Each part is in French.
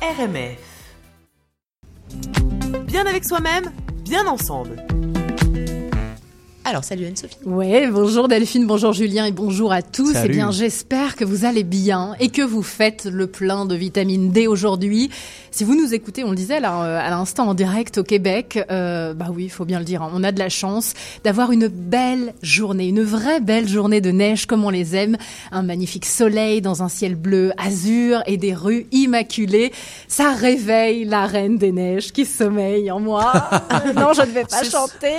RMF. Bien avec soi-même, bien ensemble. Alors, salut Anne-Sophie. Ouais, bonjour Delphine, bonjour Julien et bonjour à tous. Salut. Eh bien, j'espère que vous allez bien et que vous faites le plein de vitamine D aujourd'hui. Si vous nous écoutez, on le disait là euh, à l'instant en direct au Québec, euh, bah oui, il faut bien le dire, hein, on a de la chance d'avoir une belle journée, une vraie belle journée de neige comme on les aime, un magnifique soleil dans un ciel bleu azur et des rues immaculées. Ça réveille la reine des neiges qui sommeille en moi. Euh, non, je ne vais pas chanter.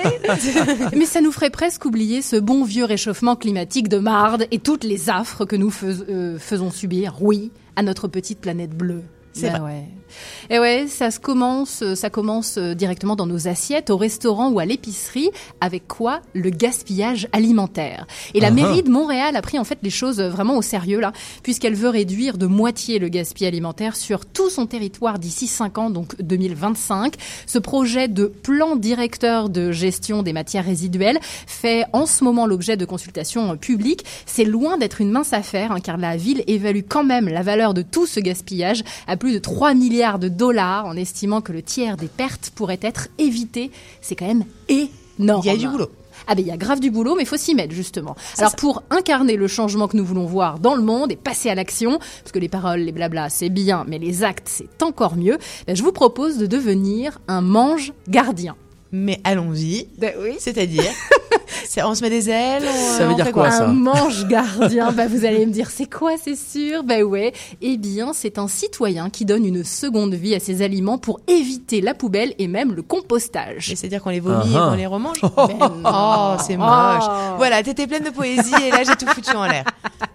Mais ça nous ferait presque oublier ce bon vieux réchauffement climatique de marde et toutes les affres que nous fais- euh, faisons subir, oui, à notre petite planète bleue. C'est Ben ouais. Et ouais, ça se commence, euh, ça commence euh, directement dans nos assiettes, au restaurant ou à l'épicerie, avec quoi le gaspillage alimentaire. Et la Ah ah. mairie de Montréal a pris en fait les choses euh, vraiment au sérieux là, puisqu'elle veut réduire de moitié le gaspillage alimentaire sur tout son territoire d'ici 5 ans, donc 2025. Ce projet de plan directeur de gestion des matières résiduelles fait en ce moment l'objet de consultations euh, publiques. C'est loin d'être une mince affaire, hein, car la ville évalue quand même la valeur de tout ce gaspillage à plus de 3 milliards de dollars, en estimant que le tiers des pertes pourrait être évité. C'est quand même énorme. Il y a du boulot. Ah ben il y a grave du boulot, mais il faut s'y mettre justement. Alors pour incarner le changement que nous voulons voir dans le monde et passer à l'action, parce que les paroles, les blablas, c'est bien, mais les actes, c'est encore mieux, ben, je vous propose de devenir un mange gardien. Mais allons-y. oui. C'est-à-dire, c'est- on se met des ailes. on- Ça veut on dire fait quoi, ça Un mange gardien, bah vous allez me dire c'est quoi, c'est sûr Bah ouais. Eh bien, c'est un citoyen qui donne une seconde vie à ses aliments pour éviter la poubelle et même le compostage. Et C'est-à-dire qu'on les vomit et Ah, ah. qu'on les remange. Ben Oh, non. c'est moche. Oh. Voilà, t'étais pleine de poésie et là j'ai tout foutu en l'air.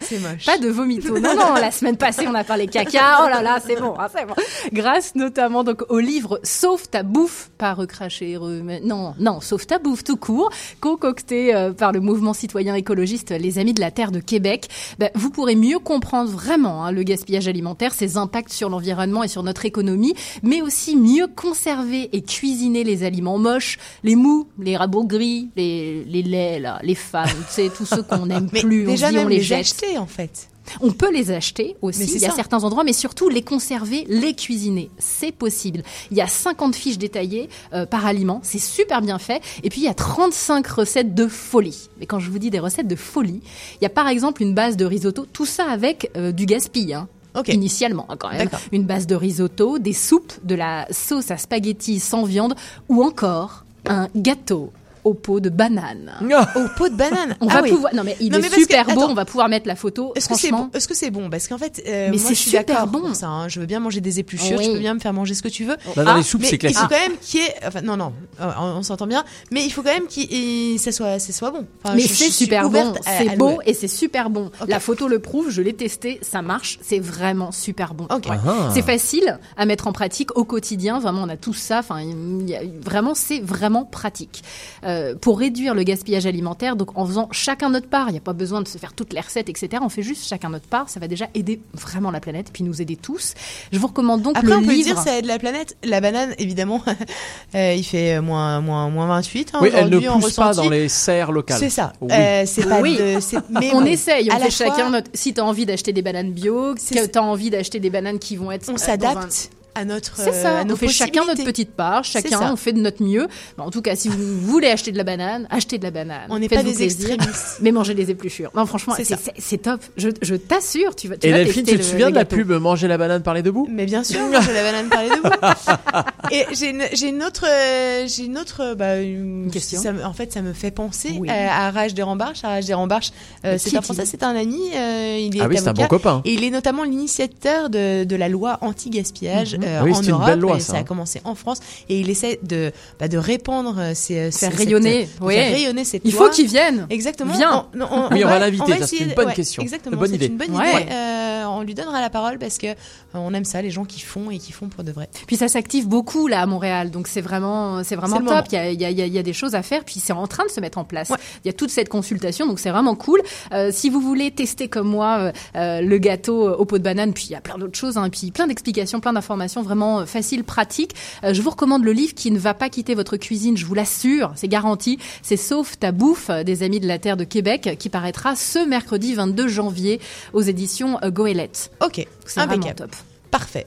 C'est moche. Pas de vomito. Non, non, la semaine passée, on a parlé caca. Oh là là, c'est bon, hein, c'est bon. Grâce notamment donc au livre Sauve ta bouffe, pas recracher, remet- non, non, Sauve ta bouffe tout court, concocté euh, par le mouvement citoyen écologiste Les Amis de la Terre de Québec. Ben, vous pourrez mieux comprendre vraiment hein, le gaspillage alimentaire, ses impacts sur l'environnement et sur notre économie, mais aussi mieux conserver et cuisiner les aliments moches, les mous, les rabots gris, les, les laits, là, les femmes, tu sais, tous ceux qu'on n'aime Mais plus, on se déjà dit, même on les les, jette. acheter en fait. On peut les acheter aussi, Mais c'est il y a ça. certains endroits, mais surtout les conserver, les cuisiner. C'est possible. Il y a 50 fiches détaillées euh, par aliment, c'est super bien fait. Et puis il y a 35 recettes de folie. Mais quand je vous dis des recettes de folie, il y a par exemple une base de risotto, tout ça avec euh, du gaspille. hein, Ok. Initialement, hein, quand même. D'accord. Une base de risotto, des soupes, de la sauce à spaghetti sans viande ou encore un gâteau au pot de banane. Au pot de banane. On Ah va oui. pouvoir. Non, mais il Non, est mais parce que- super beau, attends. on va pouvoir mettre la photo. Est-ce que c'est Franchement, bon Est-ce que c'est bon Parce qu'en fait, euh, Mais moi c'est je suis super d'accord bon. Ah pour ça. hein. Je veux bien manger des épluchures, Oui. je peux bien me faire manger ce que tu veux. Bah, dans Ah, les soupes, mais c'est il faut classique. quand même qu'il y ait, enfin non non, euh, on, on s'entend bien, mais il faut quand même qu'il y ait- ça soit, ça soit bon. Enfin, Mais je- je c'est suis Ah, super bon, ouverte à- à c'est le- beau et c'est super bon. Ok. La photo le prouve, je l'ai testé, ça marche, c'est vraiment super bon. Ok. Ah. C'est facile à mettre en pratique au quotidien, vraiment on a tout ça, enfin il y a- vraiment c'est vraiment pratique. Euh, pour réduire le gaspillage alimentaire, donc en faisant chacun notre part, il n'y a pas besoin de se faire toutes les recettes, etc. On fait juste chacun notre part, ça va déjà aider vraiment la planète, puis nous aider tous. Je vous recommande donc Après, le on peut livre. dire ça aide la planète. La banane, évidemment, euh, il fait euh, moins, moins, moins 28. Hein, Oui, elle ne aujourd'hui, en pousse pas ressenti. dans les serres locales. C'est ça. Oui. Euh, c'est pas Oui. de- c'est- mais on bon, essaye, à on la fait chacun fois, notre. Si t'as envie d'acheter des bananes bio, C'est que ça. t'as envie d'acheter des bananes qui vont être. euh, On dans un- s'adapte à notre. C'est euh, ça, à on nos fait chacun notre possibilités. petite part, C'est chacun ça. on fait de notre mieux. Bah, en tout cas, si vous voulez acheter de la banane, achetez de la banane. On n'est pas Faites-vous des plaisir, extrémistes. Mais mangez des épluchures. Non, franchement, C'est c'est- ça. c'est c'est top. Je, je t'assure, tu vas. Tu Et vas Delphine, tester tu te le- souviens le de la gâteau. pub Manger la banane par les deux bouts Mais bien sûr, je la banane parlait de vous. Et j'ai une, j'ai une autre, euh, j'ai une autre, euh, bah, une- Question. ça me- en fait, ça me fait penser Oui. euh, à Rage des Rembarches. À Rage des Rembarches, euh, Mais c'est qui un dit Français, c'est un ami. euh, il est Ah oui, c'est un avocat. bon copain. Et il est notamment l'initiateur de, de la loi anti-gaspillage Mhm. euh, Ah oui, en c'est une Europe. belle loi, et ça, ça, hein. a commencé en France. Et il essaie de, bah, de répandre euh, ces, euh, Faire cette- rayonner, de oui. faire rayonner cette Il loi. faut qu'ils viennent. Exactement. Viens. On, Oui, on va l'inviter, on va ça, c'est essayer une de- bonne question. Exactement. Une bonne c'est idée. Une bonne Ouais. idée. Euh, on lui donnera la parole parce que euh, on aime ça, les gens qui font et qui font pour de vrai. Puis ça s'active beaucoup là à Montréal, donc c'est vraiment, c'est vraiment C'est le top. moment. Il y, a, il y a- il y a- il y a des choses à faire, puis c'est en train de se mettre en place. Ouais. Il y a toute cette consultation, donc c'est vraiment cool. Euh, si vous voulez tester comme moi euh, euh, le gâteau euh, au pot de banane, puis il y a plein d'autres choses, hein, puis plein d'explications, plein d'informations vraiment euh, faciles, pratiques. euh, je vous recommande le livre qui ne va pas quitter votre cuisine, je vous l'assure, c'est garanti. C'est Sauf ta bouffe euh, des Amis de la Terre de Québec, euh, qui paraîtra ce mercredi 22 janvier aux éditions euh, Goélette. Ok, C'est vraiment impeccable, top. parfait.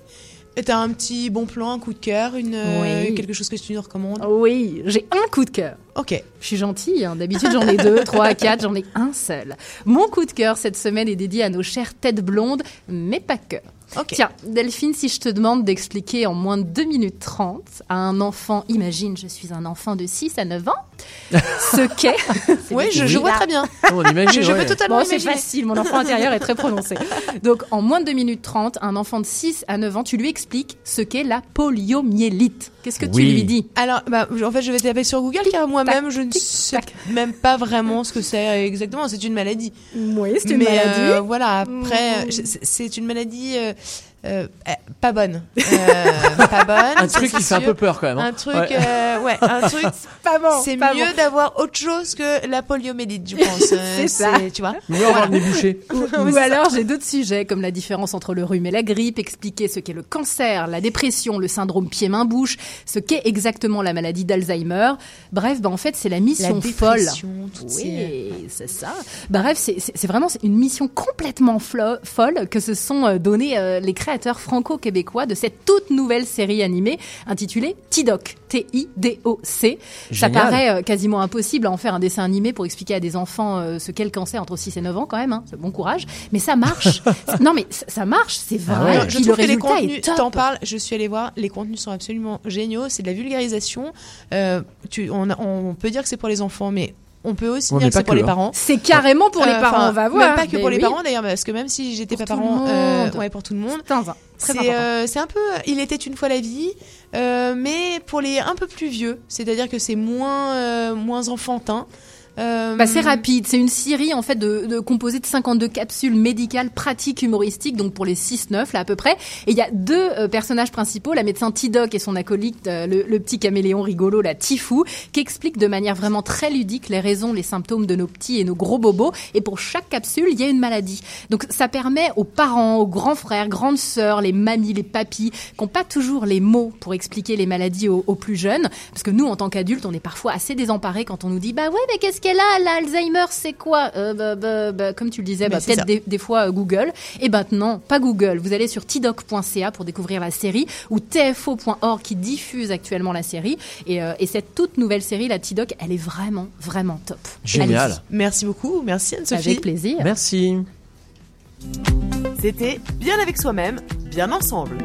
Et T'as un petit bon plan, un coup de cœur, une, euh, Oui. quelque chose que tu nous recommandes Oui, j'ai un coup de cœur. Ok. Je suis gentille, hein. d'habitude j'en ai deux, trois, quatre, j'en ai un seul. Mon coup de cœur cette semaine est dédié à nos chères têtes blondes, mais pas que. Ok. Tiens, Delphine, si je te demande d'expliquer en moins de 2 minutes 30 à un enfant, imagine, je suis un enfant de 6 à 9 ans, ce qu'est. oui, je, je vois très bien. Non, on imagine. Je, je ouais. peux totalement Bon, c'est imaginer. facile, mon enfant intérieur est très prononcé. Donc, en moins de 2 minutes 30, un enfant de 6 à 9 ans, tu lui expliques ce qu'est la poliomyélite. Qu'est-ce que tu Oui. lui dis Alors, bah, en fait, je vais taper sur Google car moi-même, je ne tic, sais même pas vraiment ce que c'est exactement. C'est une maladie. Oui, Mais euh, voilà, après, Mm. je- c'est- c'est une maladie euh, euh, euh, pas bonne. Euh, pas bonne. Un truc ça, qui c'est fait un peu sûr. peur quand même. hein. Un truc, Ouais. euh, ouais, un truc. pas bon. c'est pas bon. mieux d'avoir autre chose que la poliomyélite, je pense. Euh, C'est ça. Tu vois. Mieux avoir le nez bouché. Ou, ou alors j'ai d'autres sujets comme la différence entre le rhume et la grippe, expliquer ce qu'est le cancer, la dépression, le syndrome pied-main-bouche, ce qu'est exactement la maladie d'Alzheimer. Bref, bah en fait c'est la La mission folle. dépression, euh, toutes ces- Oui, c'est ça. Bref, c'est- c'est c'est vraiment une mission complètement flo- folle que se sont euh, données euh, les créateurs franco-québécois de cette toute nouvelle série animée intitulée Tidoc. T-I-D-O-C. Ça Génial. paraît euh, quasiment impossible à en faire un dessin animé pour expliquer à des enfants euh, ce qu'est le cancer entre 6 et 9 ans quand même. hein. C'est Bon courage. Mais ça marche. C'est- non mais ça- ça marche, c'est vrai. Ah ouais. Non, Puis je le trouve que les résultat est contenus, top. t'en parles, je suis allée voir, les contenus sont absolument géniaux, c'est de la vulgarisation. Euh, tu, on, a- on peut dire que c'est pour les enfants, mais on peut aussi Ouais, dire mais que pas c'est pour que, les hein. parents. C'est carrément pour les Euh, parents, enfin, on va voir. Même pas que Mais pour les oui. parents d'ailleurs, parce que même si j'étais Pour pas tout le parent, euh, monde. ouais, pour tout le monde. Putain, ça, très C'est important. euh, c'est un peu, il était une fois la vie, euh, mais pour les un peu plus vieux, c'est-à-dire que c'est moins euh, moins enfantin. Euh, Bah, c'est rapide, c'est une série en fait de, de composée de 52 capsules médicales, pratiques, humoristiques, donc pour les 6-9 là à peu près. Et il y a deux euh, personnages principaux, la médecin Tidoc et son acolyte, euh, le, le petit caméléon rigolo, la Tifou, qui expliquent de manière vraiment très ludique les raisons, les symptômes de nos petits et nos gros bobos. Et pour chaque capsule, il y a une maladie. Donc ça permet aux parents, aux grands frères, grandes sœurs, les mamies, les papis, qui n'ont pas toujours les mots pour expliquer les maladies aux, aux plus jeunes, parce que nous, en tant qu'adultes, on est parfois assez désemparés quand on nous dit bah ouais, mais qu'est-ce qu'elle a là, Alzheimer, c'est quoi Euh, bah, bah, bah, Comme tu le disais, Mais bah, c'est peut-être ça. des, des fois euh, Google. Et maintenant, pas Google. Vous allez sur tidoc.ca pour découvrir la série ou tfo.org qui diffuse actuellement la série. Et, euh, et cette toute nouvelle série, la Tidoc, elle est vraiment, vraiment top. Génial. Allez-y. Merci beaucoup, merci Anne-Sophie. Avec plaisir. Merci. C'était Bien avec soi-même, bien ensemble.